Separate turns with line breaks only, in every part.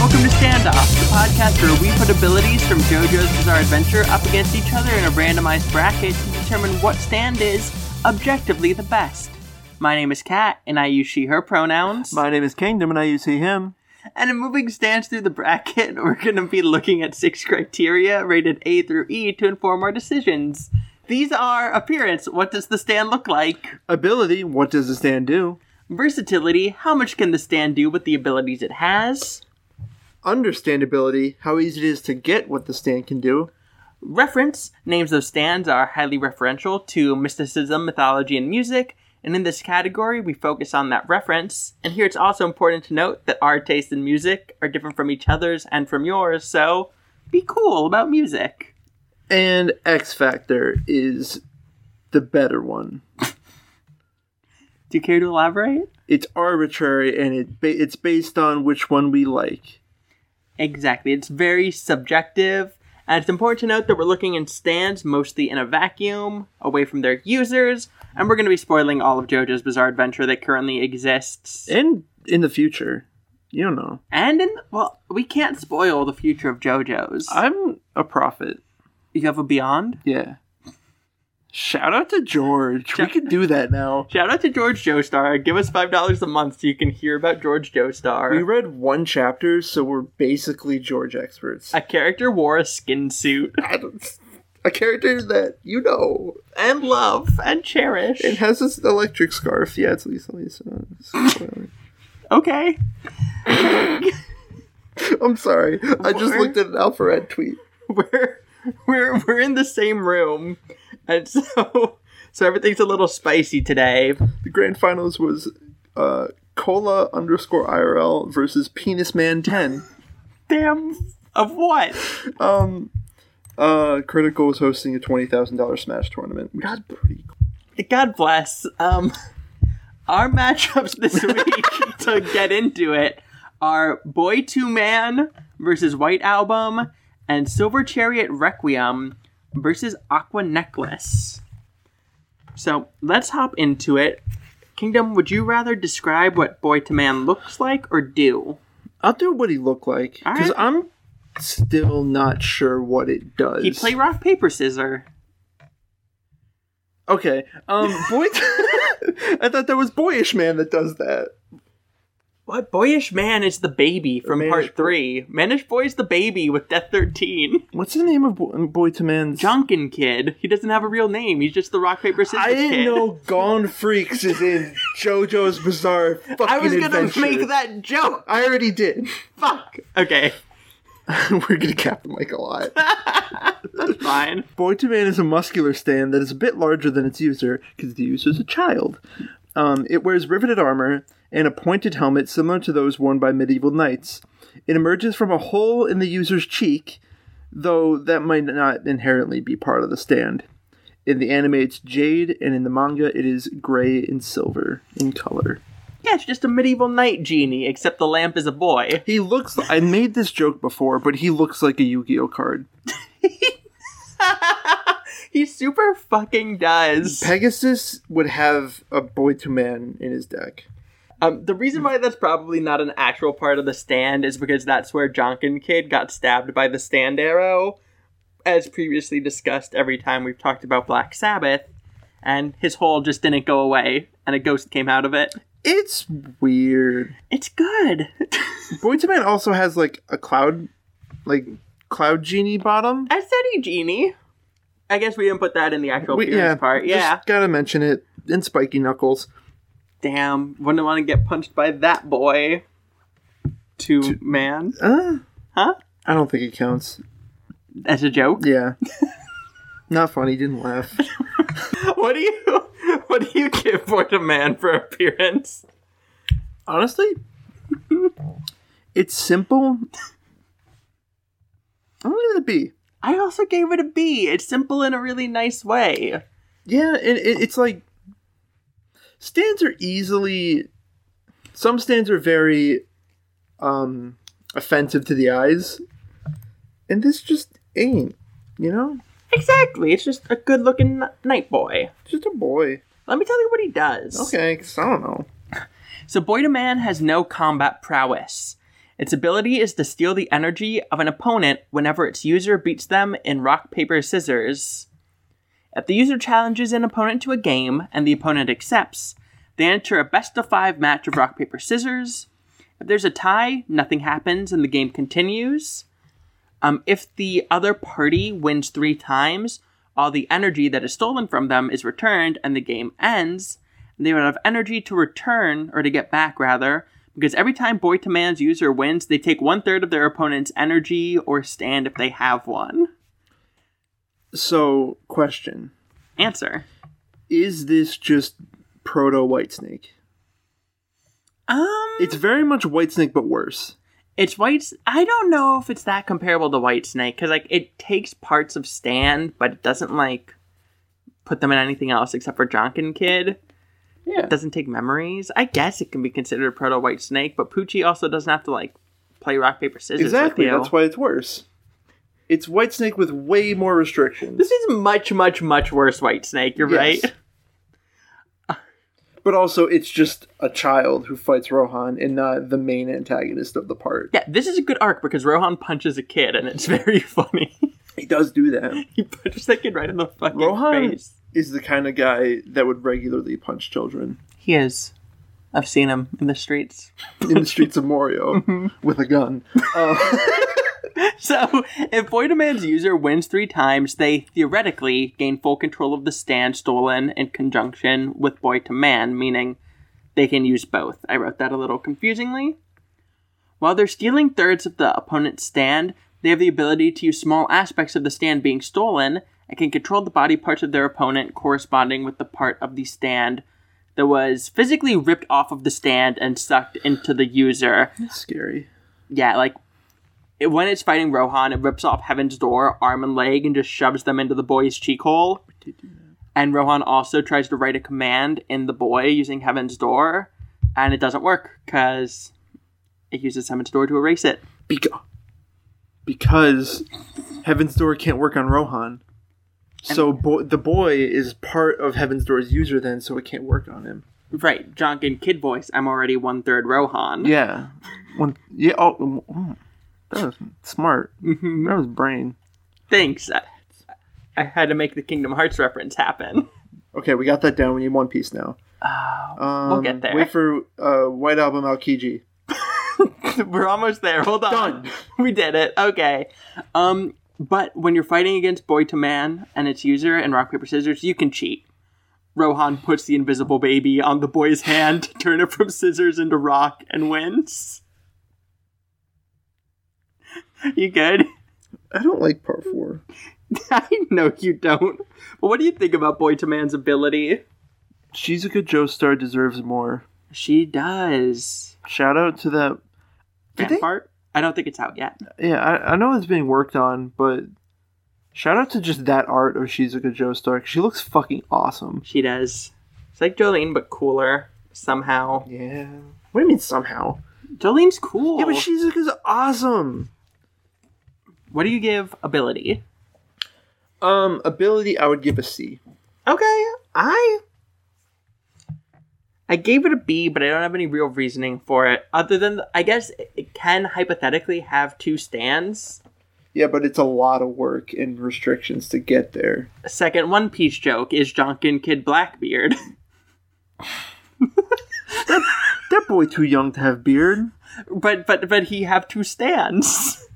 the Oscar podcast where we put abilities from JoJo's Bizarre Adventure up against each other in a randomized bracket to determine what stand is objectively the best. My name is Kat, and I use she, her pronouns.
My name is Kingdom, and I use he, him.
And in moving stands through the bracket, we're going to be looking at six criteria rated A through E to inform our decisions. These are appearance, what does the stand look like?
Ability, what does the stand do?
Versatility, how much can the stand do with the abilities it has?
Understandability, how easy it is to get what the stand can do.
Reference, names of stands are highly referential to mysticism, mythology, and music. And in this category, we focus on that reference. And here it's also important to note that our tastes in music are different from each other's and from yours, so be cool about music.
And X Factor is the better one.
Do you care to elaborate?
It's arbitrary and it ba- it's based on which one we like.
Exactly. It's very subjective. And it's important to note that we're looking in stands mostly in a vacuum, away from their users, and we're going to be spoiling all of JoJo's Bizarre Adventure that currently exists.
And in the future, you don't know.
And in, well, we can't spoil the future of JoJo's.
I'm a prophet.
you have a Beyond?
Yeah. Shout out to George. we could do that now.
Shout out to George Joestar. Give us five dollars a month so you can hear about George
We
Joestar.
read one chapter, so we're basically George experts.
A character wore a skin suit
I don't- a character that you know
and love and cherish.
It has this electric scarf. Yeah, it's Lisa. Lisa.
Okay.
I'm sorry. I just
Where?
looked at an Alpharet tweet.
We're we're we're in the same room. And so so everything's a little spicy today.
The grand finals was uh, Cola underscore IRL versus Penis Man 10.
Damn of what?
Um, uh, Critical was hosting a $20,000 Smash tournament, which is pretty cool.
God bless. Um our matchups this week to get into it are Boy Two Man versus White Album and Silver Chariot Requiem versus Aqua Necklace. So let's hop into it. Kingdom, would you rather describe what Boy to Man looks like or do?
I'll do what he looked like, because
Alright.
I'm still not sure what it does.
He play rock paper scissor.
Okay. Um, boy. I thought that was Boyish Man that does that.
What boyish man is the baby from
Manish
part
Boy.
three? Manish boy is the baby with Death Thirteen.
What's the name of Boy, boy to Man's.
Junkin Kid. He doesn't have a real name. He's just the rock paper scissors
I didn't
kid.
know Gone Freaks is in JoJo's Bizarre fucking
I was gonna
Adventure.
make that joke.
I already did.
Fuck. Okay,
We're gonna cap the mic a lot.
that's fine.
Boy to Man is a muscular stand that is a bit larger than its user because the user is a child. Um, it wears riveted armor and a pointed helmet similar to those worn by medieval knights. It emerges from a hole in the user's cheek, though that might not inherently be part of the stand. In the anime, it's jade, and in the manga, it is gray and silver in color.
Yeah, it's just a medieval knight genie, except the lamp is a boy.
He looks. I made this joke before, but he looks like a Yu-Gi-Oh card.
he super fucking does.
Pegasus would have a boy to man in his deck.
Um, the reason why that's probably not an actual part of the stand is because that's where Jonkin Kid got stabbed by the stand arrow, as previously discussed every time we've talked about Black Sabbath, and his hole just didn't go away, and a ghost came out of it.
It's weird.
It's good.
Boy to man also has like a cloud, like cloud genie bottom.
I said he genie. I guess we didn't put that in the actual
We-
appearance part.
just
Yeah.
gotta mention it. And spiky knuckles.
Damn, wouldn't want to get punched by that boy. To, man.
Uh,
Huh?
I don't think it counts.
That's a joke.
Yeah, not funny. Didn't laugh.
What do you what do you give for to man for appearance?
Honestly, it's simple. I'm gonna give it a B.
I also gave it a B. It's simple in a really nice way.
Yeah, and it, it's like stands are easily. Some stands are very um, offensive to the eyes, and this just ain't. You know,
Exactly. It's just a good looking night boy.
just a boy.
Let me tell you what he does.
Okay, 'cause I don't know.
So Boy to Man has no combat prowess. Its ability is to steal the energy of an opponent whenever its user beats them in rock, paper, scissors. If the user challenges an opponent to a game and the opponent accepts, they enter a best of five match of rock, paper, scissors. If there's a tie, nothing happens and the game continues. Um, if the other party wins three times, all the energy that is stolen from them is returned and the game ends. And they would have energy to return, or to get back rather, because every time Boy to Man's user wins, they take one third of their opponent's energy or stand if they have one.
So, question:
Answer.
Is this just proto Whitesnake?
Um,
It's very much Whitesnake, but worse.
it's white. I don't know if it's that comparable to White Snake because like it takes parts of Stand, but it doesn't like put them in anything else except for Jonkin Kid.
Yeah.
It doesn't take memories. I guess it can be considered proto White Snake, but Poochie also doesn't have to like play rock paper scissors. with
Exactly.
you.
That's why it's worse. It's Whitesnake with way more restrictions.
This is much, much, much worse. White Snake. You're
Yes.
right.
But also, it's just a child who fights Rohan and not the main antagonist of the part.
Yeah, this is a good arc because Rohan punches a kid, and it's very funny.
He does do that.
he punches that kid right in the fucking
Rohan
face.
is the kind of guy that would regularly punch children
He is. I've seen him in the streets.
in the streets of Morio with a gun. Uh,
So, if Void of Man's user wins three times, they theoretically gain full control of the stand stolen in conjunction with Boy to Man, meaning they can use both. I wrote that a little confusingly. While they're stealing thirds of the opponent's stand, they have the ability to use small aspects of the stand being stolen and can control the body parts of their opponent corresponding with the part of the stand that was physically ripped off of the stand and sucked into the user
scary.
yeah, like it, when it's fighting Rohan, it rips off Heaven's Door arm and leg and just shoves them into the boy's cheek hole. And Rohan also tries to write a command in the boy using Heaven's Door, and it doesn't work because it uses Heaven's Door to erase it.
Beca- because Heaven's Door can't work on Rohan. So bo- the boy is part of Heaven's Door's user then, so it can't work on him.
Right, Jonkin Kid Voice. I'm already one third Rohan.
Yeah. One. Yeah. Oh, mm, that was smart. That was brain.
Thanks. I, I had to make the Kingdom Hearts reference happen.
Okay, we got that down. We need One Piece now. Um,
Oh, we'll get there.
Wait for uh, White Album Aokiji.
We're almost there. Hold on.
Done.
we did it. Okay. Um, but when you're fighting against Boy to Man and its user and rock paper scissors, you can cheat. Rohan puts the invisible baby on the boy's hand to turn it from scissors into rock and wins. You good?
I don't like Part Four.
I know you don't. But what do you think about Boy to Man's ability?
Shizuka Joestar deserves more.
She does.
Shout out to that. Did
Fan
they-
part? I don't think it's out yet.
Yeah, I, I know it's being worked on, but shout out to just that art of Shizuka Joestar. 'cause She looks fucking awesome.
She does. It's like Jolene, but cooler somehow.
Yeah. What do you mean somehow?
Jolene's cool.
Yeah, but Shizuka's awesome.
What do you give ability?
Um, ability, I would give a C.
Okay, I I gave it a B, but I don't have any real reasoning for it other than I guess it can hypothetically have two stands.
Yeah, but it's a lot of work and restrictions to get there.
A second One Piece joke is Jonkin Kid Blackbeard.
That boy too young to have beard.
but but but he have two stands.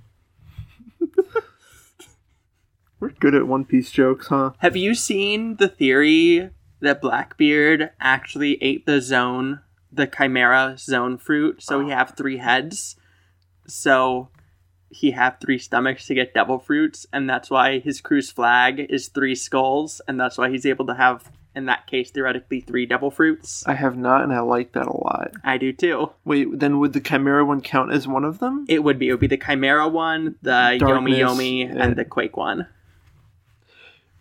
We're good at One Piece jokes, huh?
have you seen the theory that Blackbeard actually ate the zone, the chimera zone fruit, so he have three heads? So he have three stomachs to get devil fruits, and that's why his crew's flag is three skulls, and that's why he's able to have, in that case, theoretically three devil fruits.
I have not, and I like that a lot.
I do too.
Wait, then would the Chimera one count as one of them?
It would be it would be the chimera one, the
Darkness,
yomi yomi,
yeah.
and the quake one.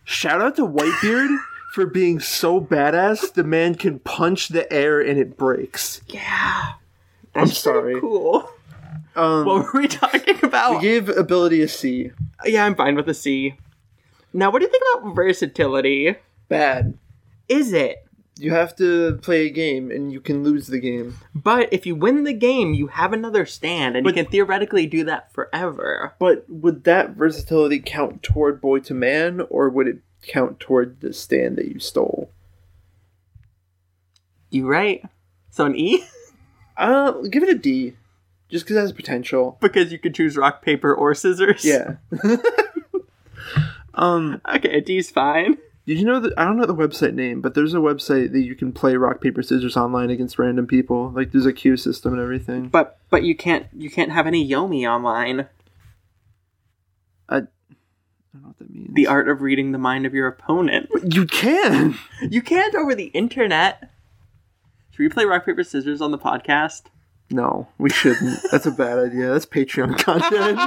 Shout out to Whitebeard for being so badass. The man can punch the air and it breaks.
Yeah,
I'm sorry.
cool.
Um,
What were we talking about?
we gave ability a C.
Yeah, I'm fine with a C. Now, what do you think about versatility?
Bad.
Is it?
You have to play a game, and you can lose the game.
But if you win the game, you have another stand, and
But-
you can theoretically do that forever.
But would that versatility count toward boy to man, or would it count toward the stand that you stole?
You right? So an E
Uh, give it a D, just because it has potential.
because you could choose rock, paper, or scissors.
Yeah. um,
Okay, a D's fine.
did you know that I don't know the website name, but there's a website that you can play rock paper scissors online against random people. Like there's a queue system and everything.
But but you can't you can't have any Yomi online.
I don't know what that means.
The art of reading the mind of your opponent.
you can.
You can't over the internet. Should we play rock paper scissors on the podcast?
No, we shouldn't. That's a bad idea. That's Patreon content.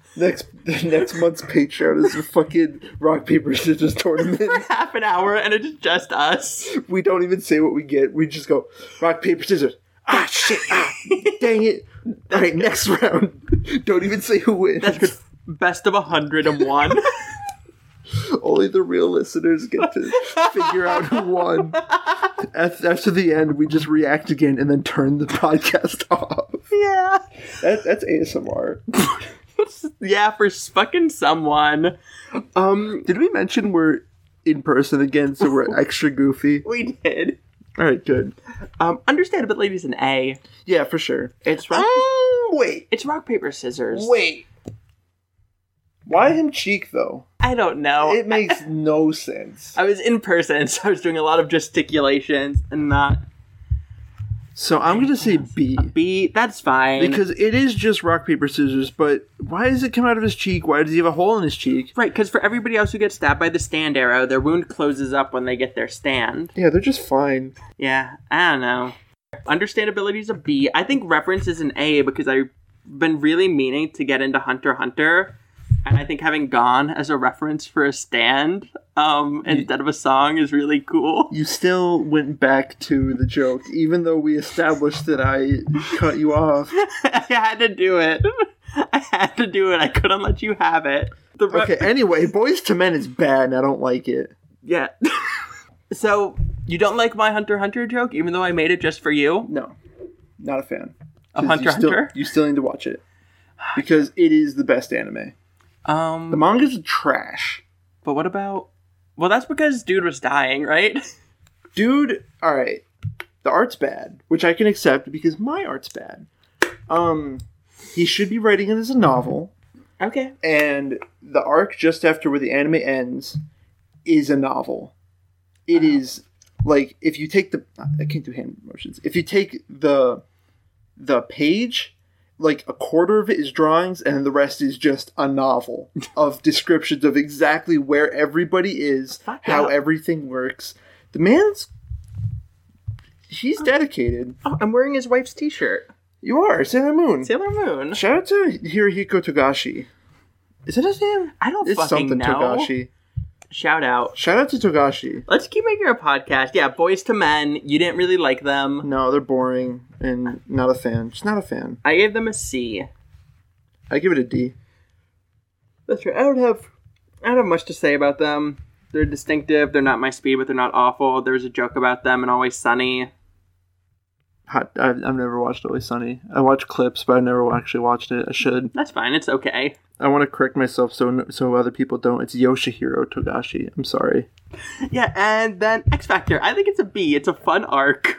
next next month's Patreon is a fucking rock paper scissors tournament.
For half an hour, and it's just us.
we don't even say what we get. We just go rock paper scissors. Ah shit! Ah, dang it! All right, next round. Don't even say who wins.
That's good. Best of a hundred and one.
Only the real listeners get to figure out who won. Af- After the end, we just react again and then turn the podcast off.
yeah.
That, that's ASMR.
Yeah, for fucking someone. Um,
Did we mention we're in person again, so we're extra goofy?
we did.
All right, good.
Um, understand, but ladies, an A.
Yeah, for sure.
It's rock.
Um, wait,
It's rock paper scissors.
Uh, wait. Why him cheek though?
I don't know.
It makes no sense.
I was in person, so I was doing a lot of gesticulations and not
So I'm gonna say B.
B. That's fine.
Because it is just rock, paper, scissors, but why does it come out of his cheek? Why does he have a hole in his cheek?
right, because for everybody else who gets stabbed by the stand arrow, their wound closes up when they get their stand.
Yeah, they're just fine.
Yeah, I don't know. Understandability is a B. I think reference is an A because I've been really meaning to get into Hunter x Hunter, and I think having gone as a reference for a stand um, instead of a song is really cool.
You still went back to the joke, even though we established that I cut you off.
I had to do it. I had to do it. I couldn't let you have it. The re-
Okay, anyway, Boys to Men is bad and I don't like it.
Yeah. so you don't like my Hunter x Hunter joke, even though I made it just for you?
No, not a fan.
Of Hunter
you
x
still,
Hunter?
You still need to watch it because it is the best anime. The
Um,
manga's trash.
but what about? Well, that's because dude was dying, right?
dude all right the art's bad which i can accept because my art's bad um he should be writing it as a novel
Okay.
and the arc just after where the anime ends is a novel It is like if you take the i can't do hand motions if you take the the page like a quarter of it is drawings and the rest is just a novel of descriptions of exactly where everybody is
Fuck
how
yeah.
everything works the man's he's dedicated
Oh, I'm wearing his wife's T-shirt.
you are sailor moon
Sailor Moon.
shout out to hirohiko togashi is that his name
I don't
it's
fucking
something
know.
togashi
Shout out.
Shout out to Togashi.
Let's keep making a podcast. Yeah, boys to men. You didn't really like them.
No, they're boring and not a fan. Just not a fan.
I gave them a C.
I give it a D.
That's right. I don't have I don't have much to say about them. They're distinctive. They're not my speed, but they're not awful. There was a joke about them and Always Sunny.
Hot, I've, I've never watched Always Sunny. I watch clips, but I never actually watched it. I should.
That's fine. It's okay.
I want to correct myself so no- so other people don't. It's Yoshihiro Togashi. I'm sorry.
Yeah, and then X Factor. I think it's a B. It's a fun arc.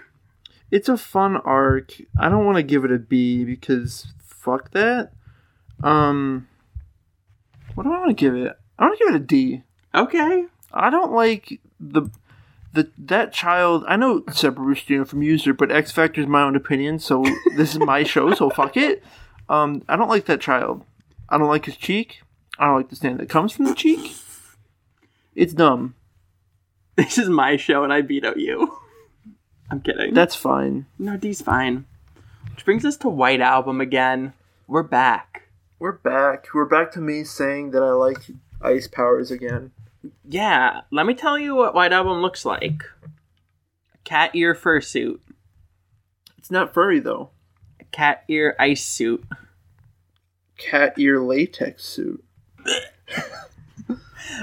It's a fun arc. I don't want to give it a B because fuck that. Um, what do I want to give it? I want to give it a D.
Okay.
I don't like the the that child. I know it's separate you know, from user, but X Factor is my own opinion, so this is my show, so fuck it. Um, I don't like that child. I don't like his cheek. I don't like the stand that comes from the cheek. It's dumb.
This is my show and I veto you. I'm kidding.
That's fine.
no, D's fine. Which brings us to White Album again. We're back.
We're back. We're back to me saying that I like ice powers again.
Yeah, let me tell you what White Album looks like. Cat ear fursuit.
It's not furry though.
Cat ear ice suit.
Cat ear latex suit.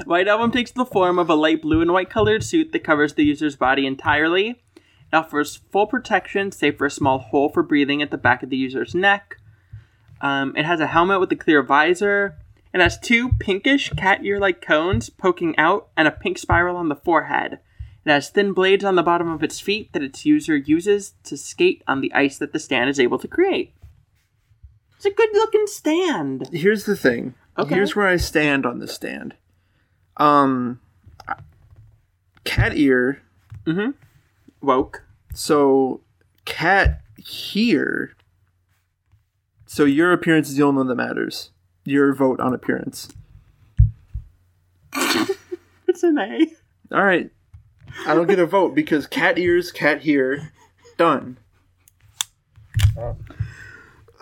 White Album takes the form of a light blue and white colored suit that covers the user's body entirely. It offers full protection, save for a small hole for breathing at the back of the user's neck. Um, it has a helmet with a clear visor. It has two pinkish cat ear like cones poking out and a pink spiral on the forehead. It has thin blades on the bottom of its feet that its user uses to skate on the ice that the stand is able to create. It's a good looking stand.
Here's the thing.
Okay.
Here's where I stand on this stand. Um, cat ear.
Woke.
So cat here. So your appearance is the only one that matters. Your vote on appearance.
It's an A.
All right. I don't get a vote because cat ears, cat here. Done.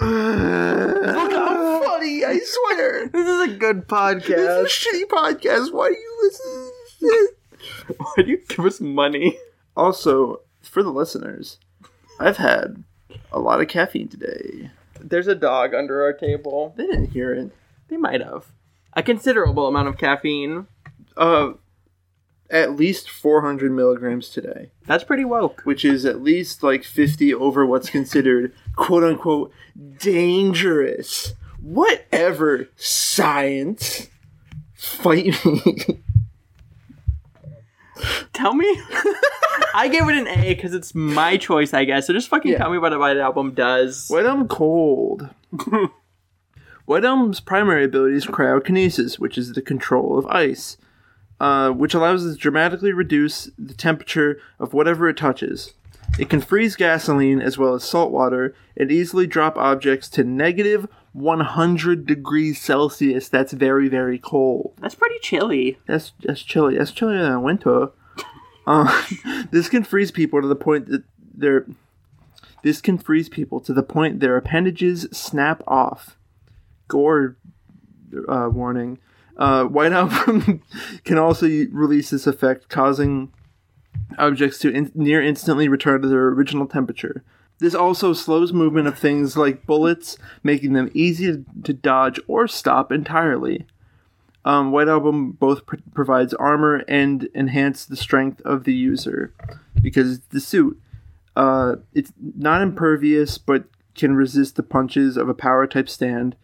Look how funny, I swear.
This is a good podcast.
This is a shitty podcast. Why do you listen to this shit?
Why do you give us money?
Also, for the listeners, I've had a lot of caffeine today.
There's a dog under our table.
They didn't hear it.
They might have. A considerable amount of caffeine.
Uh, at least 400 milligrams today.
That's pretty woke.
which is at least like 50 over what's considered quote unquote dangerous. Whatever, science. Fight me.
Tell me. I gave it an A because it's my choice, I guess. So just fucking
Yeah.
tell me what a white album does.
Wet Elm Cold. Wet Elm's primary ability is cryokinesis, which is the control of ice, uh, which allows it to dramatically reduce the temperature of whatever it touches. It can freeze gasoline as well as salt water and easily drop objects to negative 100 degrees Celsius. That's very, very cold.
That's pretty chilly.
That's that's chilly. That's chillier than winter. Uh, this can freeze people to the point that their this can freeze people to the point their appendages snap off. Gore uh, warning. Uh, White Album can also release this effect, causing objects to in- near instantly return to their original temperature. This also slows movement of things like bullets, making them easy to, to dodge or stop entirely. Um, White Album both pr- provides armor and enhance the strength of the user because it's the suit. Uh, it's not impervious, but can resist the punches of a power type stand,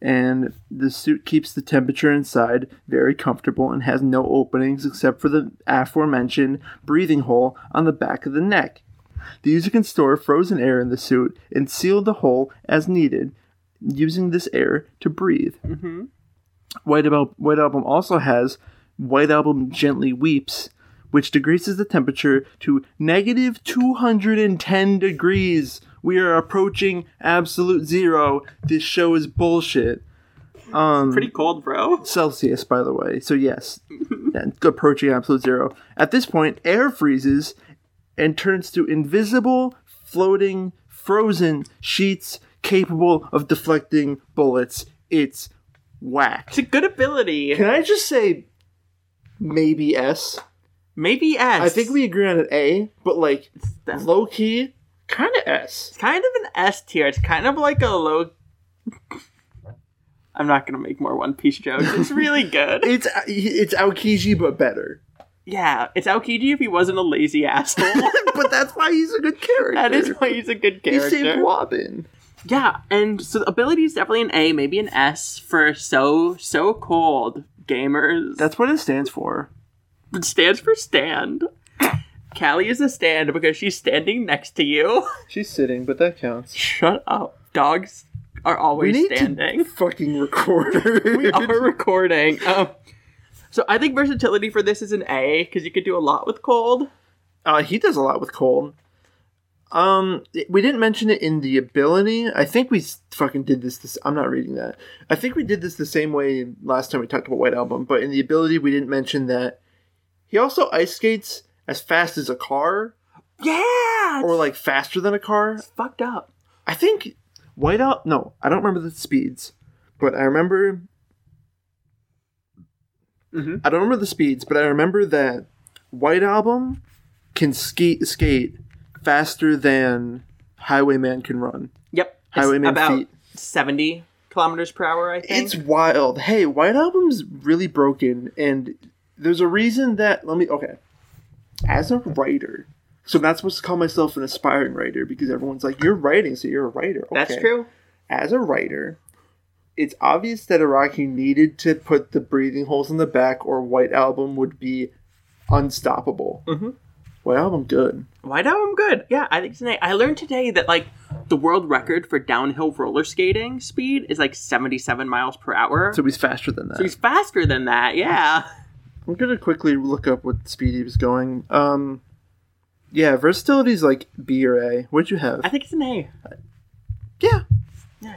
and the suit keeps the temperature inside very comfortable and has no openings except for the aforementioned breathing hole on the back of the neck. The user can store frozen air in the suit and seal the hole as needed, using this air to breathe. White Album, White Album also has White Album Gently Weeps, which decreases the temperature to negative 210 degrees. We are approaching absolute zero. This show is bullshit. Um,
Pretty cold, bro.
Celsius, by the way. So, yes, yeah, approaching absolute zero. At this point, air freezes and turns to invisible, floating, frozen sheets capable of deflecting bullets. It's whack.
It's a good ability.
Can I just say maybe S?
Maybe S.
I think we agree on an A, but like
That's
low key, kind of S.
kind of an S tier. It's kind of like a low. I'm not gonna make more One Piece jokes. It's really good.
It's uh, it's Aokiji but better.
Yeah, it's Aokiji if he wasn't a lazy asshole.
but that's why he's a good character.
that is why he's a good
he
character.
saved Robin.
Yeah, and so the ability is definitely an A, maybe an S for so so cold gamers.
That's what it stands for.
it stands for stand. Callie is a stand because she's standing next to you.
She's sitting, but that counts.
Shut up. Dogs are always standing.
to fucking record. her.
we are recording. Um, so I think versatility for this is an A because you could do a lot with cold.
Uh, he does a lot with cold. Um, we didn't mention it in the ability. I think we s- fucking did this. This I'm not reading that. I think we did this the same way last time we talked about White Album. But in the ability, we didn't mention that he also ice skates as fast as a car,
Yeah,
or like faster than a car.
it's fucked up.
I think White Album. No, I don't remember the speeds, but I remember.
Mhm.
I don't remember the speeds, but I remember that White Album can skate skate faster than Highwayman can run.
Yep, it's
Highwayman
about
feet.
seventy. kilometers per hour, I think.
It's wild. Hey, White Album's really broken, and there's a reason that. Let me. Okay. As a writer, so I'm not supposed to call myself an aspiring writer because everyone's like, you're writing, so you're a writer. Okay.
That's true.
As a writer, it's obvious that Iraqi needed to put the breathing holes in the back, or White Album would be unstoppable.
Mhm.
White Album, good.
White Album, good. Yeah, I think it's nice. I learned today that like the world record for downhill roller skating speed is like 77 miles per hour.
So he's faster than that.
so he's faster than that. Yeah.
I'm gonna quickly look up what speed he was going. Um, yeah, versatility is like B or A. What'd you have?
I think it's an A.
yeah,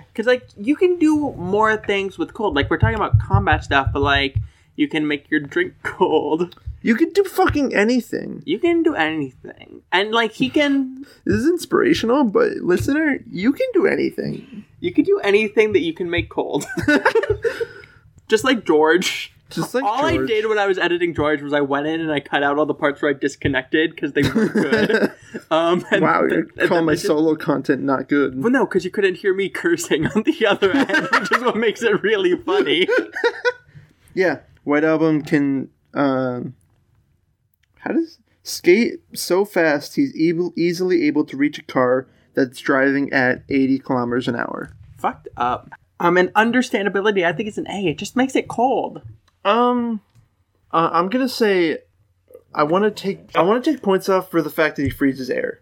Because, like, you can do more things with cold. Like, we're talking about combat stuff, but, like, you can make your drink cold.
you could do fucking anything.
You can do anything. And, like, he can.
This is inspirational, but listener, you can do anything.
You can do anything that you can make cold. Just like George.
Just like
All I
George.
did when I was editing George was I went in and I cut out all the parts where I disconnected because they weren't good. um, and
Wow, you're
th- and
calling
then
my
they just-
solo content not good.
Well, no, because you couldn't hear me cursing on the other end, which is what makes it really funny.
Yeah, White Album can. Um, how does skate so fast? He's able, easily able to reach a car that's driving at 80 kilometers an hour.
Fucked up. Um, and understandability, I think it's an A. It just makes it cold.
Um, uh, I'm gonna say, I want to take I want to take points off for the fact that he freezes air.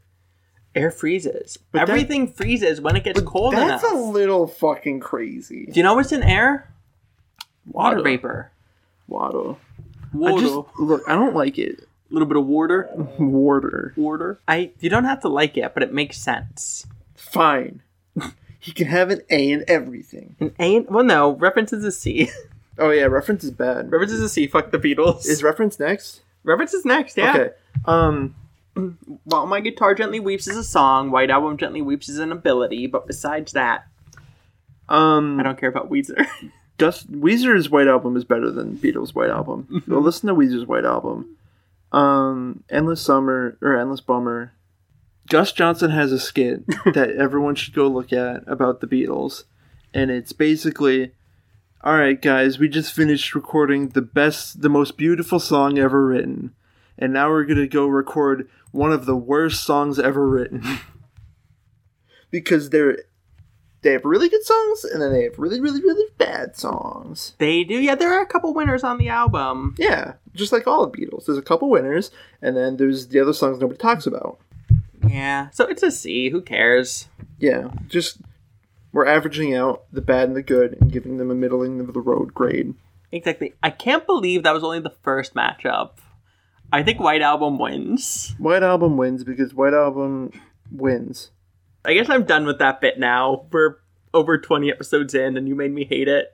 Air freezes.
But that-
Everything freezes when it gets cold
That's
enough.
a little fucking crazy.
Do you know what's in air? Water
Water.
vapor.
Waddle. I
Water.
just look. I don't like it.
A little bit of water.
Warder.
Water. I. You don't have to like it, but it makes sense.
Fine. he can have an A in everything.
An A. Well, no. References a C.
Oh yeah, reference is bad.
references a C. Fuck the Beatles.
Is reference next?
references next? Yeah.
Okay. Um.
While my guitar gently weeps is a song. White album gently weeps is an ability. But besides that,
Um.
I don't care about Weezer.
Dust Weezer's White Album is better than Beatles' White Album. Well, listen to Weezer's White Album. Um, Endless Summer or Endless Bummer. Gus Johnson has a skit that everyone should go look at about the Beatles, and it's basically, all right, guys, we just finished recording the best, the most beautiful song ever written, and now we're gonna go record one of the worst songs ever written because they're they have really good songs and then they have really really really bad songs.
they do. Yeah, there are a couple winners on the album.
Yeah, just like all the Beatles. There's a couple winners, and then there's the other songs nobody talks about.
Yeah. So it's a C. Who cares?
Yeah, just we're averaging out the bad and the good and giving them a middling of the road grade.
Exactly. I can't believe that was only the first matchup. I think White Album wins.
White Album wins because White Album wins.
I guess I'm done with that bit now. We're over 20 episodes in and you made me hate it.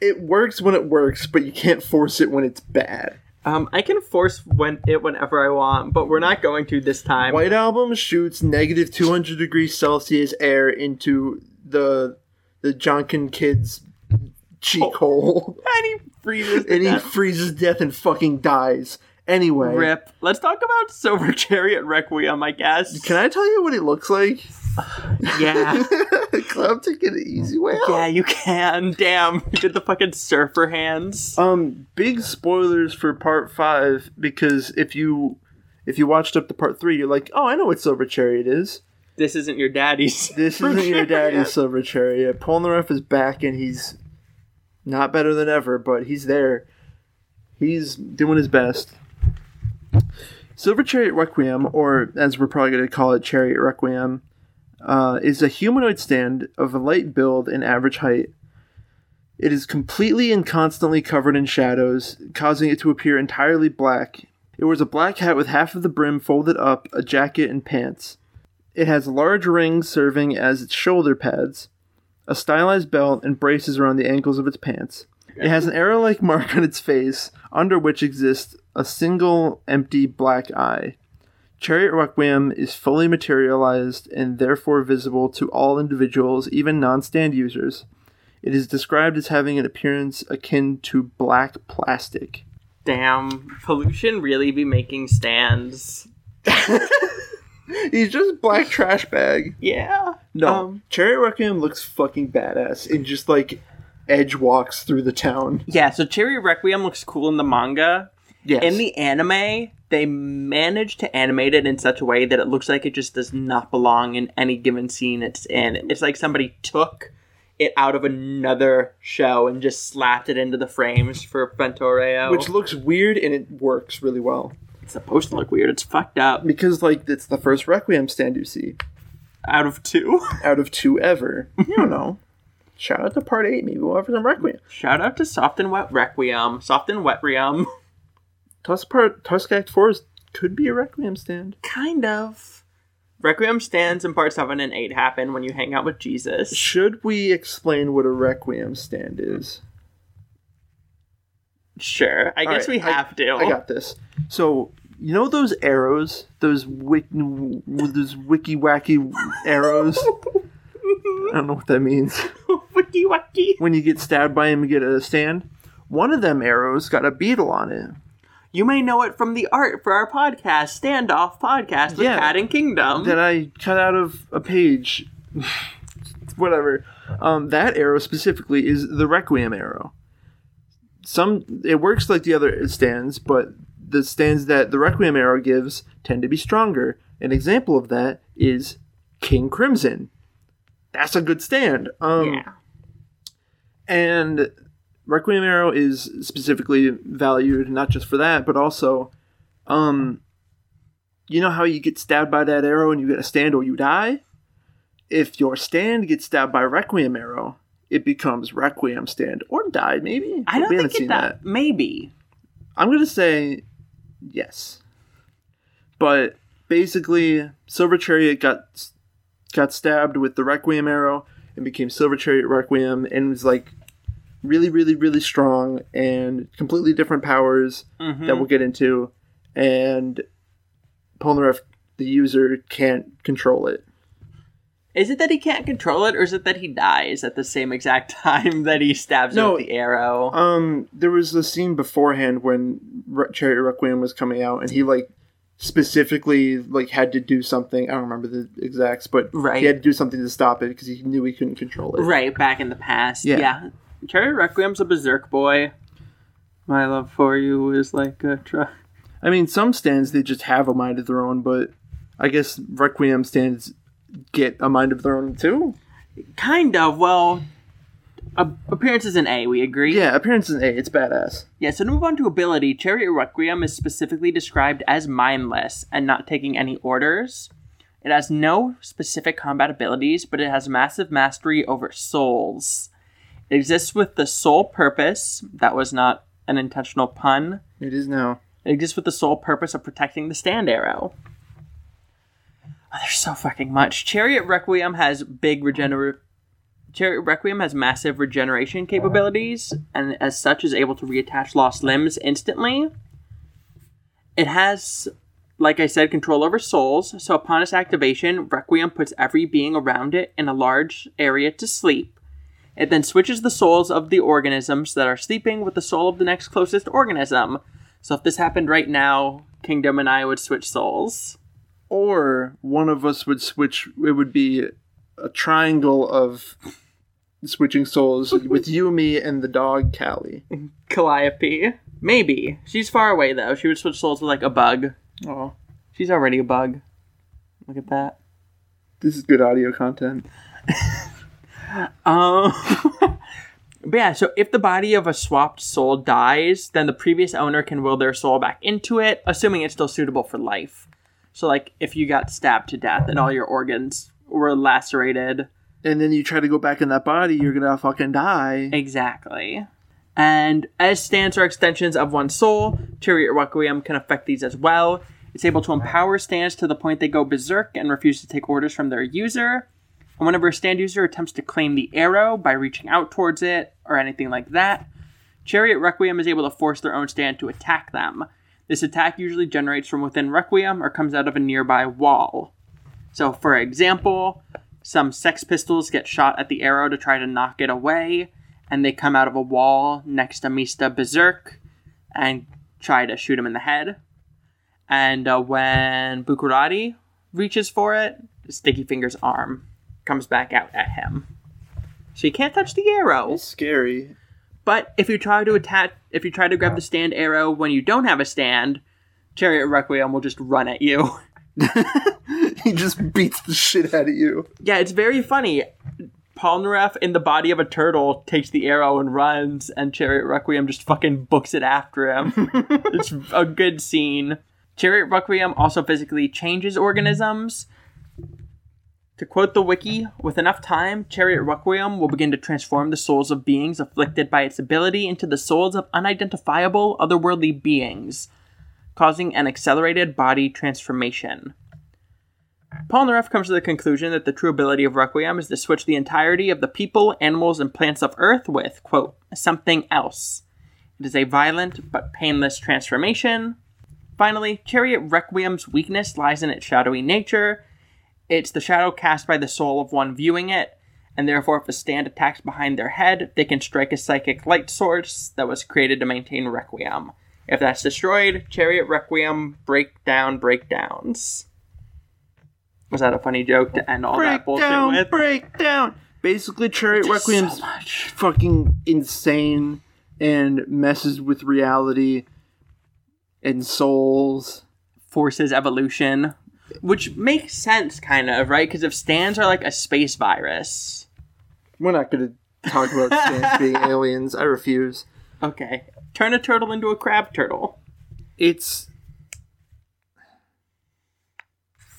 It works when it works, but you can't force it when it's bad.
Um, I can force when it whenever I want, but we're not going to this time.
White Album shoots negative 200 degrees Celsius air into the the Jonkin kid's cheek hole,
And he freezes to
and he
death.
freezes to death and fucking dies. Anyway,
Rip. Let's talk about Silver Chariot Requiem, I guess.
Can I tell you what he looks like?
Yeah.
Club to get an easy way out.
yeah, you can. Damn. Uh, You did the fucking surfer hands.
Um, big spoilers for part five because if you if you watched up to part three, you're like, oh, I know what Silver Chariot is.
This isn't your daddy's.
This
Silver
isn't your
Chariot.
daddy's Silver Chariot. Polnareff is back and he's not better than ever, but he's there. He's doing his best. Silver Chariot Requiem, or as we're probably going to call it, Chariot Requiem, uh, is a humanoid stand of a light build and average height. It is completely and constantly covered in shadows, causing it to appear entirely black. It wears a black hat with half of the brim folded up, a jacket, and pants. It has large rings serving as its shoulder pads, a stylized belt, and braces around the ankles of its pants. It has an arrow like mark on its face, under which exists a single empty black eye. Chariot Requiem is fully materialized and therefore visible to all individuals, even non stand users. It is described as having an appearance akin to black plastic.
Damn, pollution really be making stands.
He's just black trash bag.
Yeah.
No,
Um,
Chariot Requiem looks fucking badass and just like edge walks through the town.
Yeah, so Cherry Requiem looks cool in the manga.
Yes.
In the anime, they managed to animate it in such a way that it looks like it just does not belong in any given scene it's in. It's like somebody took it out of another show and just slapped it into the frames for Fentoreo.
which looks weird and it works really well
it's supposed to look weird. It's fucked up.
because like it's the first Requiem stand you see
Out of two.
out of two ever. you don't know. Shout out to Part Eight. Maybe we'll have some Requiem.
Shout out to Soft and Wet Requiem. Soft and Wet Requiem.
Tusk Part Tusk Act Four is, could be a Requiem stand.
Kind of. Requiem stands in part 7 and 8 happen when you hang out with Jesus.
Should we explain what a Requiem stand is?
Sure. I guess
right,
we
I-
have to.
I got this. So you know those arrows, those wick, w- those wicky wacky arrows. I don't know what that means.
Wiki wacky.
When you get stabbed by him, you get a stand. One of them arrows got a beetle on it.
You may know it from the art for our podcast, Standoff Podcast with
Yeah.
Cat and Kingdom.
that I cut out of a page. Whatever. Um, that arrow specifically is the Requiem arrow. Some it works like the other stands, but the stands that the Requiem arrow gives tend to be stronger. An example of that is King Crimson. That's a good stand. Um,
yeah.
and Requiem Arrow is specifically valued not just for that, but also, um, you know how you get stabbed by that arrow and you get a stand or you die. If your stand gets stabbed by Requiem Arrow, it becomes Requiem Stand or die maybe.
I don't
We haven't
think it
seen
that. Maybe.
I'm gonna say yes, but basically, Silver Chariot got got stabbed with the Requiem arrow and became Silver Chariot Requiem and was like really, really, really strong and completely different powers
Mhm.
that we'll get into, and Polnareff, the user, can't control it.
Is it that he can't control it, or is it that he dies at the same exact time that he stabs
No.
it with the arrow?
Um, there was a scene beforehand when Re- Chariot Requiem was coming out, and he like specifically like had to do something. I don't remember the exacts, but
Right.
he had to do something to stop it because he knew he couldn't control it.
right, back in the past.
Um, Yeah.
yeah. Cherry Requiem's a berserk boy. My love for you is like a truck.
I mean, some stands they just have a mind of their own, but I guess Requiem stands get a mind of their own too.
Kind of. Well, a- appearance is an A. We agree.
Yeah, appearance is A. It's badass.
Yeah, so to move on to ability, Chariot Requiem is specifically described as mindless and not taking any orders. It has no specific combat abilities, but it has massive mastery over souls. It exists with the sole purpose, that was not an intentional pun,
It is now.
it exists with the sole purpose of protecting the stand arrow. Oh, there's so fucking much. Chariot Requiem has big regenerate. Chariot Requiem has massive regeneration capabilities, and as such is able to reattach lost limbs instantly. It has, like I said, control over souls, so upon its activation, Requiem puts every being around it in a large area to sleep. It then switches the souls of the organisms that are sleeping with the soul of the next closest organism. So if this happened right now, Kingdom and I would switch souls.
Or one of us would switch. It would be a triangle of switching souls with you, me, and the dog Callie.
Calliope. Maybe. She's far away though. She would switch souls with like a bug.
Oh.
She's already a bug. Look at that.
This is good audio content.
Um But yeah, so if the body of a swapped soul dies, then the previous owner can will their soul back into it, assuming it's still suitable for life. So like if you got stabbed to death and all your organs were lacerated,
And then you try to go back in that body, you're gonna fucking die.
Exactly. And as stands are extensions of one soul, Chariot Requiem can affect these as well. It's able to empower stands to the point they go berserk and refuse to take orders from their user. And whenever a stand user attempts to claim the arrow by reaching out towards it or anything like that, Chariot Requiem is able to force their own stand to attack them. This attack usually generates from within Requiem or comes out of a nearby wall. So, for example, some Sex Pistols get shot at the arrow to try to knock it away, and they come out of a wall next to Mista Berserk and try to shoot him in the head. And uh, when Bukurati reaches for it, Sticky Fingers' arm comes back out at him. So you can't touch the arrow.
It's scary.
But if you try to attack, if you try to grab the stand arrow when you don't have a stand, Chariot Requiem will just run at you.
he just beats the shit out of you.
Yeah, it's very funny. Polnareff in the body of a turtle takes the arrow and runs, and Chariot Requiem just fucking books it after him. it's a good scene. Chariot Requiem also physically changes organisms. To quote the wiki, with enough time, Chariot Requiem will begin to transform the souls of beings afflicted by its ability into the souls of unidentifiable otherworldly beings, causing an accelerated body transformation. Polnareff comes to the conclusion that the true ability of Requiem is to switch the entirety of the people, animals, and plants of Earth with, quote, something else. It is a violent but painless transformation. Finally, Chariot Requiem's weakness lies in its shadowy nature. It's the shadow cast by the soul of one viewing it, and therefore, if a stand attacks behind their head, they can strike a psychic light source that was created to maintain Requiem. If that's destroyed, Chariot Requiem breakdown breakdowns. Was that a funny joke to end all that bullshit with?
break down. Basically, Chariot Requiem's
so much.
fucking insane and messes with reality and souls.
forces evolution, which makes sense, kind of, right? Because if stands are like a space virus,
We're not going to talk about stands being aliens. I refuse.
okay, turn a turtle into a crab turtle.
It's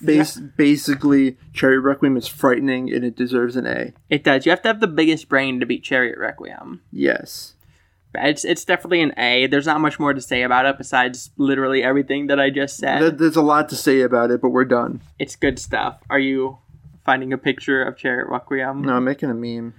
bas- basically Chariot Requiem is frightening and it deserves an A.
It does. You have to have the biggest brain to beat Chariot Requiem.
Yes.
But It's it's definitely an A. There's not much more to say about it besides literally everything that I just said.
Th- there's a lot to say about it, but we're done.
it's good stuff. Are you finding a picture of Chariot Requiem?
No, I'm making a meme.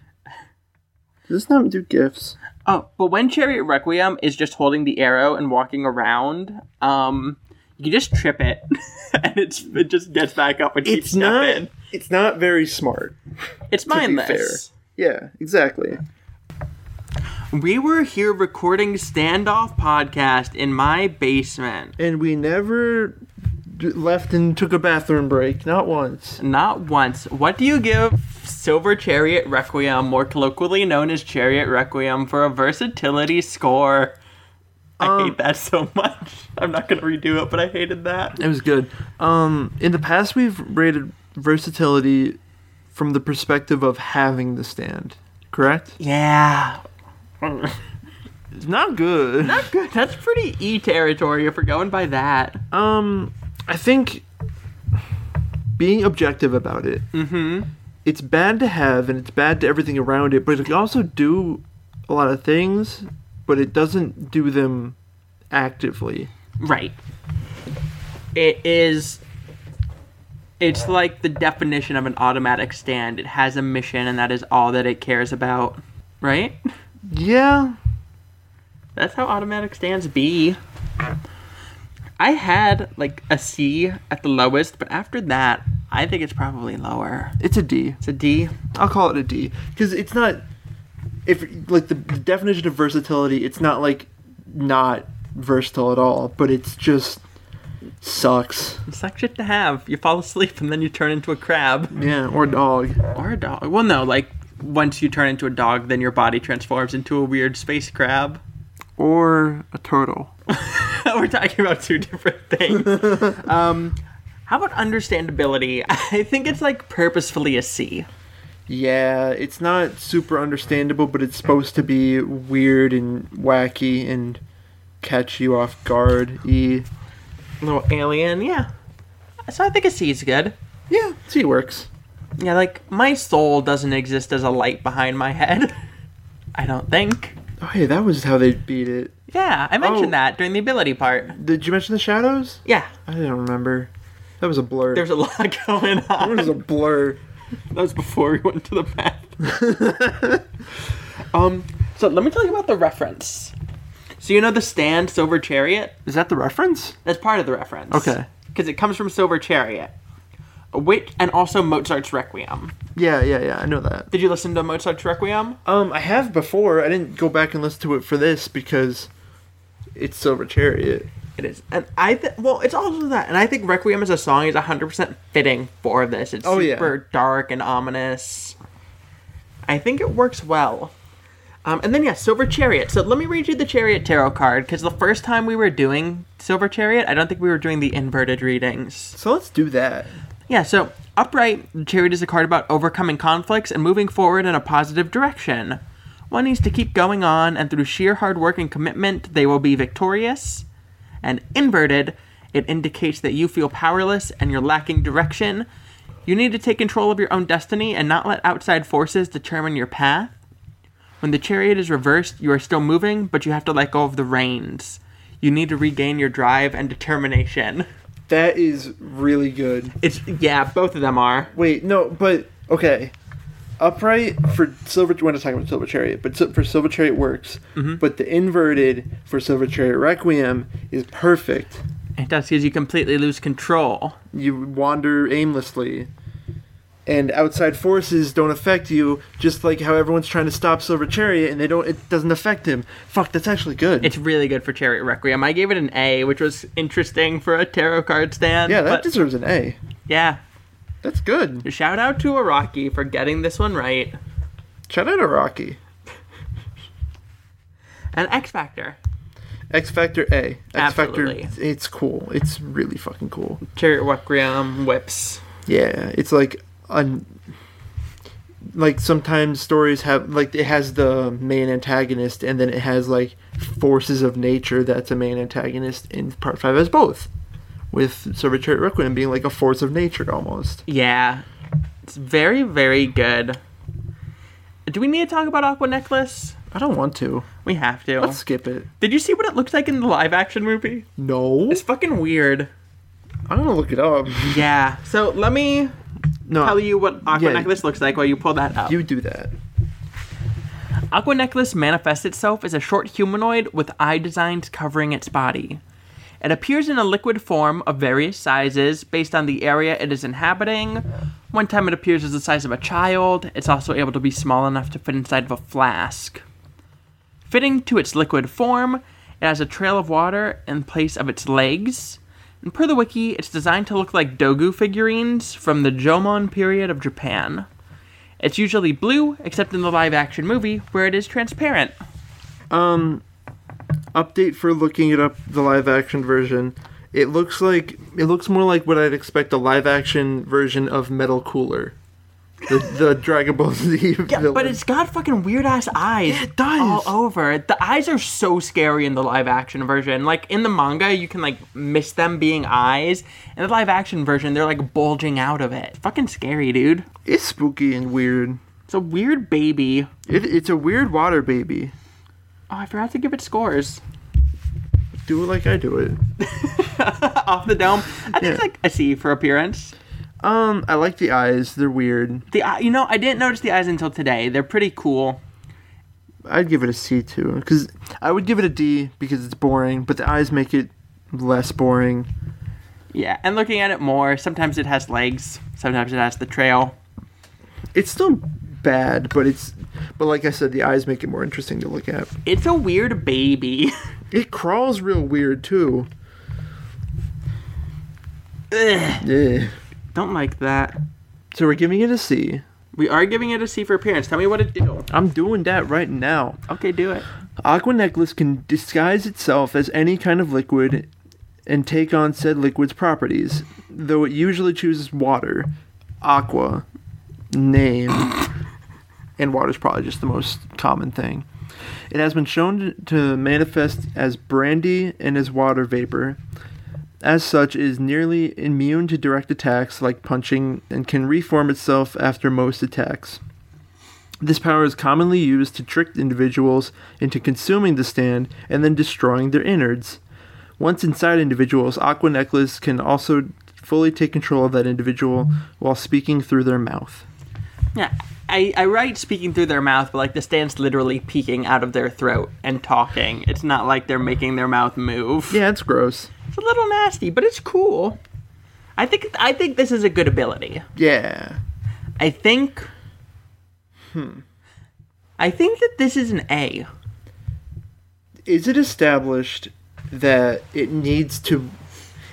Does this not do gifs?
Oh, but when Chariot Requiem is just holding the arrow and walking around, um, you just trip it, and it's it just gets back up and keeps stepping.
It's not very smart.
It's mindless.
Yeah, exactly.
We were here recording standoff podcast in my basement.
And we never d- left and took a bathroom break. Not once.
Not once. What do you give Silver Chariot Requiem, more colloquially known as Chariot Requiem, for a versatility score? I hate that so much. I'm not gonna redo it, but I hated that.
It was good. Um, in the past, we've rated versatility from the perspective of having the stand. Correct?
Yeah.
It's not good.
Good. That's pretty E territory if we're going by that.
Um, I think being objective about it, mm-hmm. it's bad to have and it's bad to everything around it, but it can also do a lot of things, but it doesn't do them actively.
Right. It is. It's like the definition of an automatic stand. It has a mission, and that is all that it cares about. Right?
Yeah,
That's how automatic stands be. I had like a C at the lowest, but after that, I think it's probably lower.
it's a D.
It's a D.
I'll call it a D because it's not. If like the, the definition of versatility, it's not like not versatile at all, but it's just sucks.
It's like shit to have. You fall asleep and then you turn into a crab
Yeah, or dog.
or a dog. Well, no, like once you turn into a dog, then your body transforms into a weird space crab.
or a turtle.
We're talking about two different things. um, how about understandability? I think it's like purposefully a C.
Yeah, it's not super understandable, but it's supposed to be weird and wacky and catch you off guard. E.
little alien, yeah. So I think a C is good.
Yeah, C works.
Yeah, like my soul doesn't exist as a light behind my head. I don't think.
Oh, hey, that was how they beat it.
Yeah, I mentioned
Oh.
that during the ability part.
Did you mention the shadows?
Yeah,
I don't remember. That was a blur.
there's a lot going on.
that was a blur.
That was before we went to the bath. um, so let me tell you about the reference. So you know the stand Silver Chariot?
Is that the reference?
That's part of the reference.
Okay.
Because it comes from Silver Chariot, which and also Mozart's Requiem.
Yeah, yeah, yeah. I know that.
Did you listen to Mozart's Requiem?
Um, I have before. I didn't go back and listen to it for this because it's Silver Chariot.
It is, and I th- well, it's also that, and I think Requiem as a song is hundred percent fitting for this. It's
Oh, yeah.
super dark and ominous. I think it works well. Um, and then yeah, Silver Chariot. So let me read you the Chariot tarot card because the first time we were doing Silver Chariot, I don't think we were doing the inverted readings.
So let's do that.
Yeah, so upright, the chariot is a card about overcoming conflicts and moving forward in a positive direction. One needs to keep going on, and through sheer hard work and commitment, they will be victorious. And inverted, it indicates that you feel powerless and you're lacking direction. You need to take control of your own destiny and not let outside forces determine your path. When the chariot is reversed, you are still moving, but you have to let go of the reins. You need to regain your drive and determination.
That is really good.
It's, yeah, both of them are.
Wait, no, but okay. Upright for silver. We're not talking about silver chariot, but si- for silver chariot works. But the inverted for silver chariot requiem is perfect.
It does because you completely lose control.
You wander aimlessly, and outside forces don't affect you. Just like how everyone's trying to stop silver chariot, and they don't. It doesn't affect him. Fuck, that's actually good.
It's really good for Chariot Requiem. I gave it an A, which was interesting for a tarot card stand.
yeah, that
but
deserves an A.
yeah.
That's good.
Shout out to Araki for getting this one right.
Shout out to Rocky.
And X Factor.
X Factor A. X Factor.
Absolutely.
It's cool. It's really fucking cool.
Chariot Requiem whips.
Yeah, it's like un. Like sometimes stories have like it has the main antagonist and then it has like forces of nature that's a main antagonist in part five has both, with Servitary Requiem being like a force of nature almost.
Yeah. It's very, very good. Do we need to talk about Aqua Necklace?
I don't want to.
We have to.
Let's skip it.
Did you see what it looks like in the live action movie?
No,
It's fucking weird.
I'm gonna look it up.
Yeah. So let me
No,
tell you what Aqua
yeah.
Necklace looks like while you pull that up.
you do that.
Aqua Necklace manifests itself as a short humanoid with eye designs covering its body. It appears in a liquid form of various sizes based on the area it is inhabiting. One time it appears as the size of a child, it's also able to be small enough to fit inside of a flask. Fitting to its liquid form, it has a trail of water in place of its legs. And per the wiki, it's designed to look like dogu figurines from the Jomon period of Japan. It's usually blue, except in the live action movie where it is transparent.
update for looking it up the live action version it looks like it looks more like what i'd expect a live action version of metal cooler the, the dragon ball z
Yeah,
villain.
but it's got fucking weird ass eyes.
it does.
All over. The eyes are so scary in the live action version. Like in the manga, you can like miss them being eyes. In the live action version, they're like bulging out of it. Fucking scary, dude.
it's spooky and weird
It's a weird baby. Oh,
it, it's a weird water baby
I forgot to give it scores.
do it like i do it
Off the dome. I think it's
Yeah.
like a C for appearance.
um i like the eyes they're weird
The eye- you know, I didn't notice the eyes until today. They're pretty cool.
i'd give it a c too because i would give it a d because it's boring but the eyes make it less boring
Yeah, and looking at it more, sometimes it has legs, sometimes it has the trail.
it's still bad but it's but like i said the eyes make it more interesting to look at
It's a weird baby.
It crawls real weird too.
Ugh,
Yeah.
Don't like that.
So we're giving it a C.
We are giving it a C for appearance. Tell me what it do.
I'm doing that right now.
Okay, do it.
Aqua Necklace can disguise itself as any kind of liquid and take on said liquid's properties, though it usually chooses water. Aqua, name, and water is probably just the most common thing. It has been shown to manifest as brandy and as water vapor. As such, it is nearly immune to direct attacks like punching and can reform itself after most attacks. This power is commonly used to trick individuals into consuming the stand and then destroying their innards. Once inside individuals, Aqua Necklace can also fully take control of that individual while speaking through their mouth.
Yeah, I, I write speaking through their mouth, but like the stand's literally peeking out of their throat and talking. It's not like they're making their mouth move.
Yeah, it's gross.
It's a little nasty, but it's cool. I think I think this is a good ability.
Yeah.
I think. Hmm. I think that this is an A.
Is it established that it needs to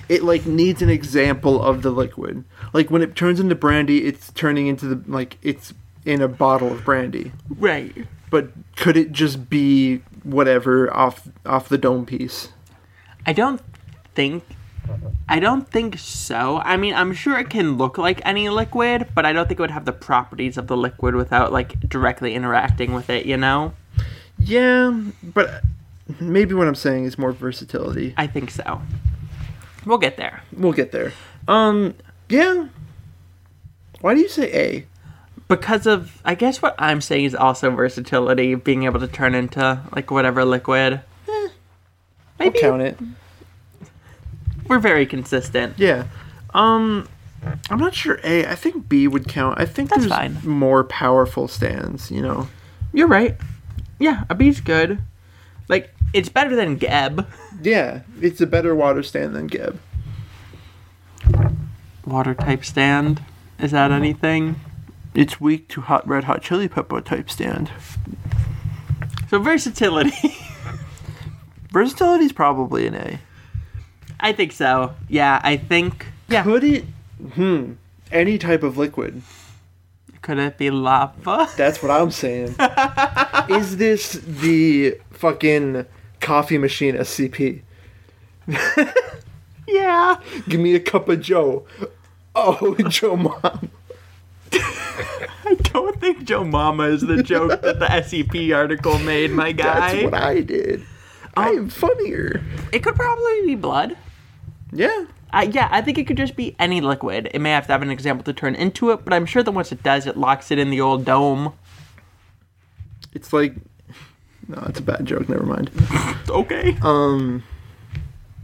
it like needs an example of the liquid. Like when it turns into brandy, it's turning into the like it's in a bottle of brandy.
Right.
But could it just be whatever off off the dome piece?
I don't think I don't think so. I mean, I'm sure it can look like any liquid, but I don't think it would have the properties of the liquid without like directly interacting with it, you know?
Yeah, but maybe what I'm saying is more versatility.
I think so. We'll get there.
We'll get there. Um, yeah. Why do you say A?
Because of I guess what I'm saying is also versatility, being able to turn into like whatever liquid.
Eh, I'll
Maybe
count it.
we're very consistent.
Yeah. Um, I'm not sure A. I think B would count. I think
That's
there's
fine.
more powerful stands. You know.
You're right. Yeah, a B's good. Like, it's better than Geb.
Yeah, it's a better water stand than Geb.
Water type stand. Is that anything?
It's weak to hot red hot chili pepper type stand.
So versatility.
Versatility's probably an A.
I think so. Yeah, I think. Yeah.
Could it? Hmm. Any type of liquid.
Could it be lava?
That's what I'm saying. Is this the fucking coffee machine SCP?
Yeah.
Give me a cup of Joe. Oh, Joe Mom.
I don't think Joe Mama is the joke that the SCP article made, my
That's
guy. Oh.
what I did. I am funnier.
it could probably be blood.
Yeah.
Uh, yeah, I think it could just be any liquid. It may have to have an example to turn into it, but I'm sure that once it does, it locks it in the old dome.
It's like. No, it's a bad joke. Never mind.
Okay.
Um.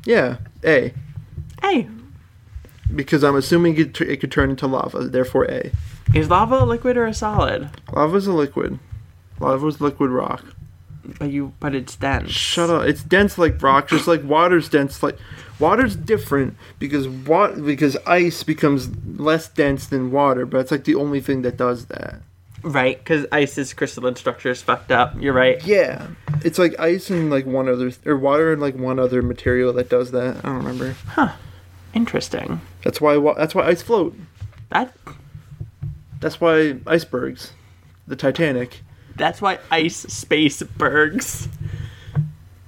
Yeah. A.
hey,
Because I'm assuming it, t- it could turn into lava, therefore A.
is lava a liquid or a solid?
Lava's a liquid. Lava's liquid rock.
But you, but it's dense.
Shut up. It's dense like rock, just like water's dense like water's different because wa- because ice becomes less dense than water, but it's like the only thing that does that.
Right, because ice's crystalline structure is fucked up. You're right.
Yeah. It's like ice and like one other or water and like one other material that does that. I don't remember.
Interesting.
That's why wa- that's why ice float.
That
That's why icebergs. The Titanic.
that's why ice space bergs.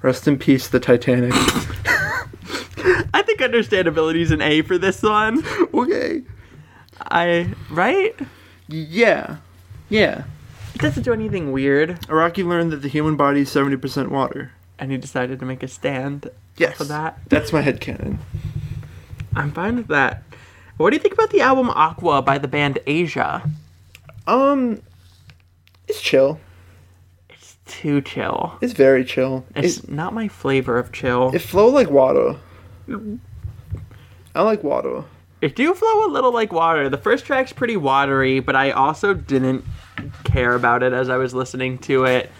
Rest in peace the Titanic.
I think understandability is an A for this one.
okay.
I right?
Yeah. Yeah.
It doesn't do anything weird.
Iraqi learned that the human body is 70% water.
And he decided to make a stand.
Yes.
For that.
That's my headcanon.
I'm fine with that. What do you think about the album Aqua by the band Asia?
Um, it's chill.
It's too chill.
It's very chill.
It's
It,
not my flavor of chill.
it flow like water. I like water.
It do flow a little like water. The first track's pretty watery, but I also didn't care about it as I was listening to it.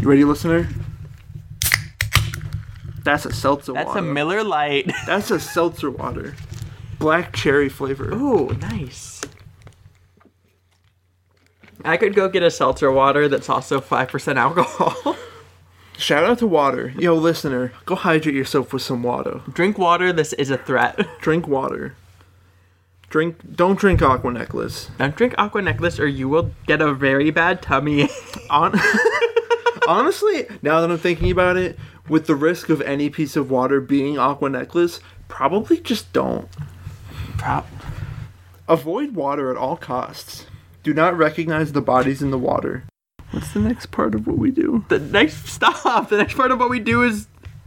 You ready, listener? That's a seltzer
That's
water.
a Miller Light.
That's a seltzer water. Black cherry flavor.
Ooh, nice. I could go get a seltzer water that's also 5% alcohol.
Shout out to water. Yo, listener, go hydrate yourself with some water.
Drink water, this is a threat.
Drink water. Drink. Don't drink aqua necklace.
Don't drink aqua necklace or you will get a very bad tummy. ache.
Hon- Honestly, now that I'm thinking about it, with the risk of any piece of water being aqua necklace, probably just don't.
Prop.
Avoid water at all costs. Do not recognize the bodies in the water. What's the next part of what we do?
The next stop. The next part of what we do is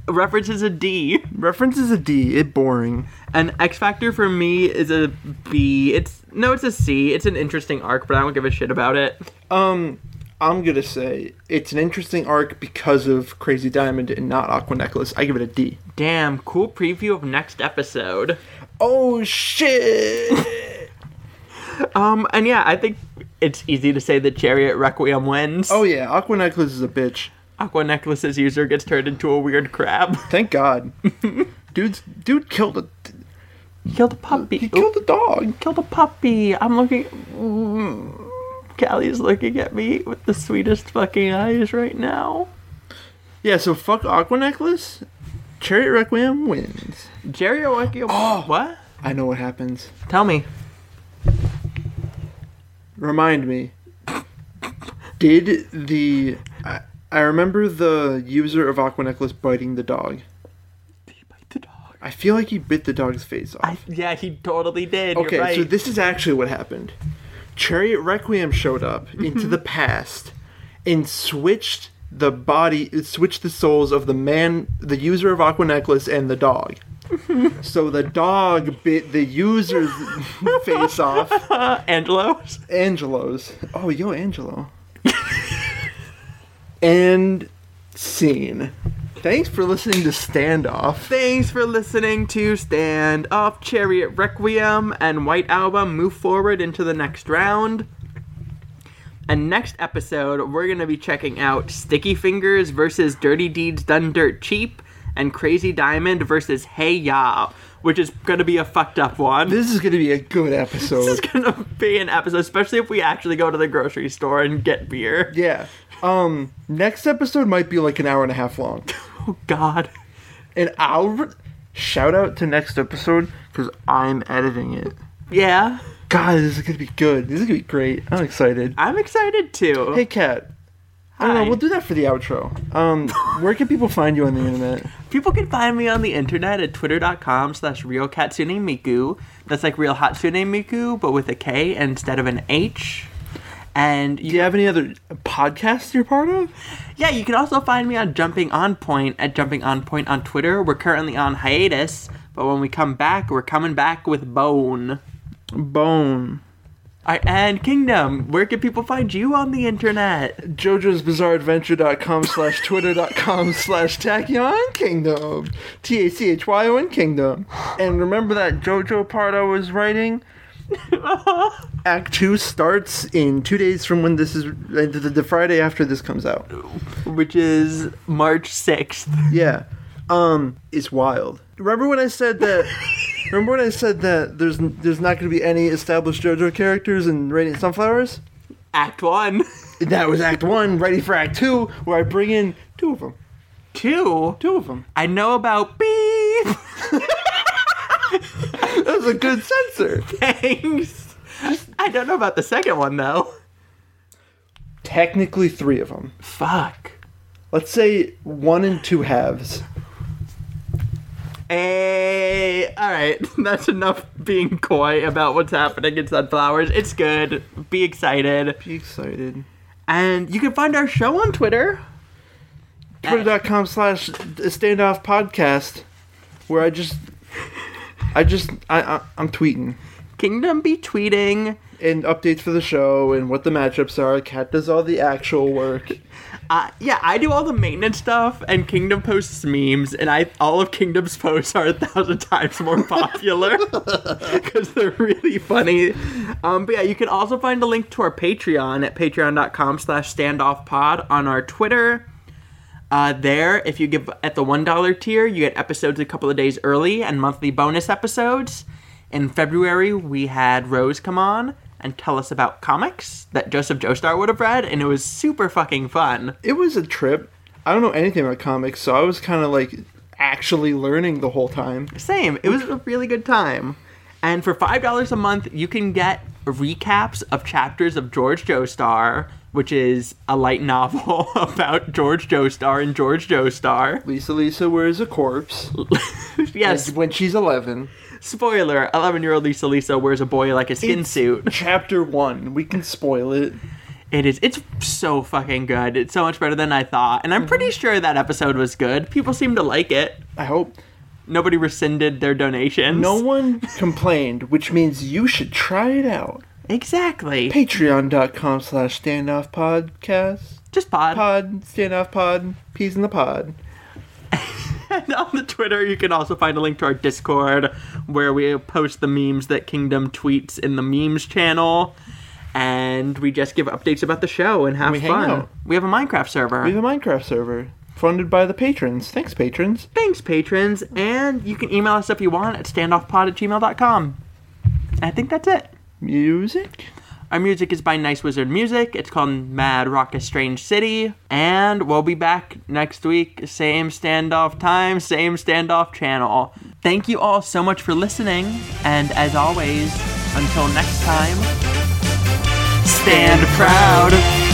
references a D.
References a D. It boring.
And X Factor for me is a B. It's no, it's a C. It's an interesting arc, but I don't give a shit about it.
Um, I'm gonna say it's an interesting arc because of Crazy Diamond and not Aqua Necklace. I give it a D.
Damn, cool preview of next episode.
Oh shit!
Um, and yeah, I think it's easy to say that Chariot Requiem wins.
oh yeah, Aqua Necklace is a bitch.
Aqua Necklace's user gets turned into a weird crab.
Thank God. Dude's dude killed a
Killed a puppy.
he
Oop,
killed a dog.
killed a puppy. I'm looking. Callie's mm, looking at me with the sweetest fucking eyes right now.
Yeah, so fuck Aqua Necklace. Chariot Requiem wins.
Jerry Owaki.
Oh.
what?
I know what happens.
Tell me.
Remind me. Did the. I, I remember the user of Aqua Necklace biting the dog.
Did he bite the dog?
I feel like he bit the dog's face off.
I, yeah, he totally did.
Okay,
You're right.
so this is actually what happened. Chariot Requiem showed up
Mm-hmm.
into the past and switched the body, switched the souls of the man, the user of Aqua Necklace, and the dog. so the dog bit the user's face off.
Uh, Angelo's.
Angelo's. Oh, yo, Angelo. and scene. Thanks for listening to Standoff.
Thanks for listening to Stand Up, Chariot Requiem, and White Album move forward into the next round. And next episode, we're going to be checking out Sticky Fingers versus Dirty Deeds Done Dirt Cheap and Crazy Diamond versus Hey Ya, which is going to be a fucked up one.
This is going to be a good episode.
This is going to be an episode, especially if we actually go to the grocery store and get beer.
Yeah. Um, next episode might be like an hour and a half long.
Oh, God.
An hour? Shout out to next episode because I'm editing it.
Yeah.
God, this is gonna be good. This is gonna be great. I'm excited.
I'm excited too.
Hey, Kat. I don't know.
Hi.
We'll do that for the outro. Um, where can people find you on the internet?
People can find me on the internet at twitter.com slash real katsune miku. That's like real hatsune miku, but with a K instead of an H. And
Do
you,
you have any other podcasts you're part of?
yeah, you can also find me on Jumping On Point at Jumping On Point on Twitter. We're currently on hiatus, but when we come back, we're coming back with Bone.
Bone.
All right, and Kingdom, where can people find you on the internet?
JoJo's Bizarre Adventure.com slash Twitter.com slash Tachyon Kingdom. T A C H Y O N Kingdom. And remember that JoJo part I was writing? Act 2 starts in two days from when this is, uh, the, the Friday after this comes out.
Which is March 6th.
Yeah. Um, it's wild. Remember when I said that? remember when I said that there's there's not going to be any established JoJo characters in Radiant Sunflowers?
Act 1.
That was Act 1, ready for Act 2, where I bring in two of them.
2.
Two of them.
I know about beep.
That was a good censor.
Thanks. I don't know about the second one though.
Technically, three of them.
Fuck.
Let's say one and two halves.
Hey, Eh, all right. That's enough being coy about what's happening in Sunflowers. It's good. Be excited.
Be excited.
And you can find our show on Twitter.
Twitter.com slash standoff podcast, where I just. I just. I, I, I'm tweeting.
Kingdom be tweeting.
And updates for the show and what the matchups are. Kat does all the actual work.
Uh, yeah, I do all the maintenance stuff, and Kingdom posts memes, and I all of Kingdom's posts are a thousand times more popular because they're really funny. Um, but yeah, you can also find a link to our Patreon at patreon.com/slash standoffpod on our Twitter. Uh, there, if you give at the one dollar tier, you get episodes a couple of days early and monthly bonus episodes. In February, we had Rose come on and tell us about comics that Joseph Joestar would have read, and it was super fucking fun.
It was a trip. I don't know anything about comics, so I was kind of like actually learning the whole time.
Same. It was a really good time. And for $5 a month, you can get recaps of chapters of George Joestar, which is a light novel about George Joestar and George Joestar.
Lisa Lisa wears a corpse.
yes,
When she's 11.
spoiler 11 year old Lisa Lisa wears a boy like a skin suit.
Chapter 1. We can spoil it.
It is. It's so fucking good. It's so much better than I thought. And I'm pretty sure that episode was good. People seem to like it.
I hope.
Nobody rescinded their donations.
No one complained, which means you should try it out.
Exactly.
Patreon.com slash standoff podcast.
Just pod.
Pod, standoff pod, peas in the pod.
And on the Twitter, you can also find a link to our Discord where we post the memes that Kingdom tweets in the memes channel. And we just give updates about the show and have
We hang
fun.
out.
We have a Minecraft server.
We have a Minecraft server funded by the patrons. Thanks, patrons.
Thanks, patrons. And you can email us if you want at standoffpod at gmail.com. I think that's it.
Music?
Our music is by Nice Wizard Music. It's called Mad Raucous Strange City. And we'll be back next week. Same standoff time, same standoff channel. Thank you all so much for listening. And as always, until next time, stand proud.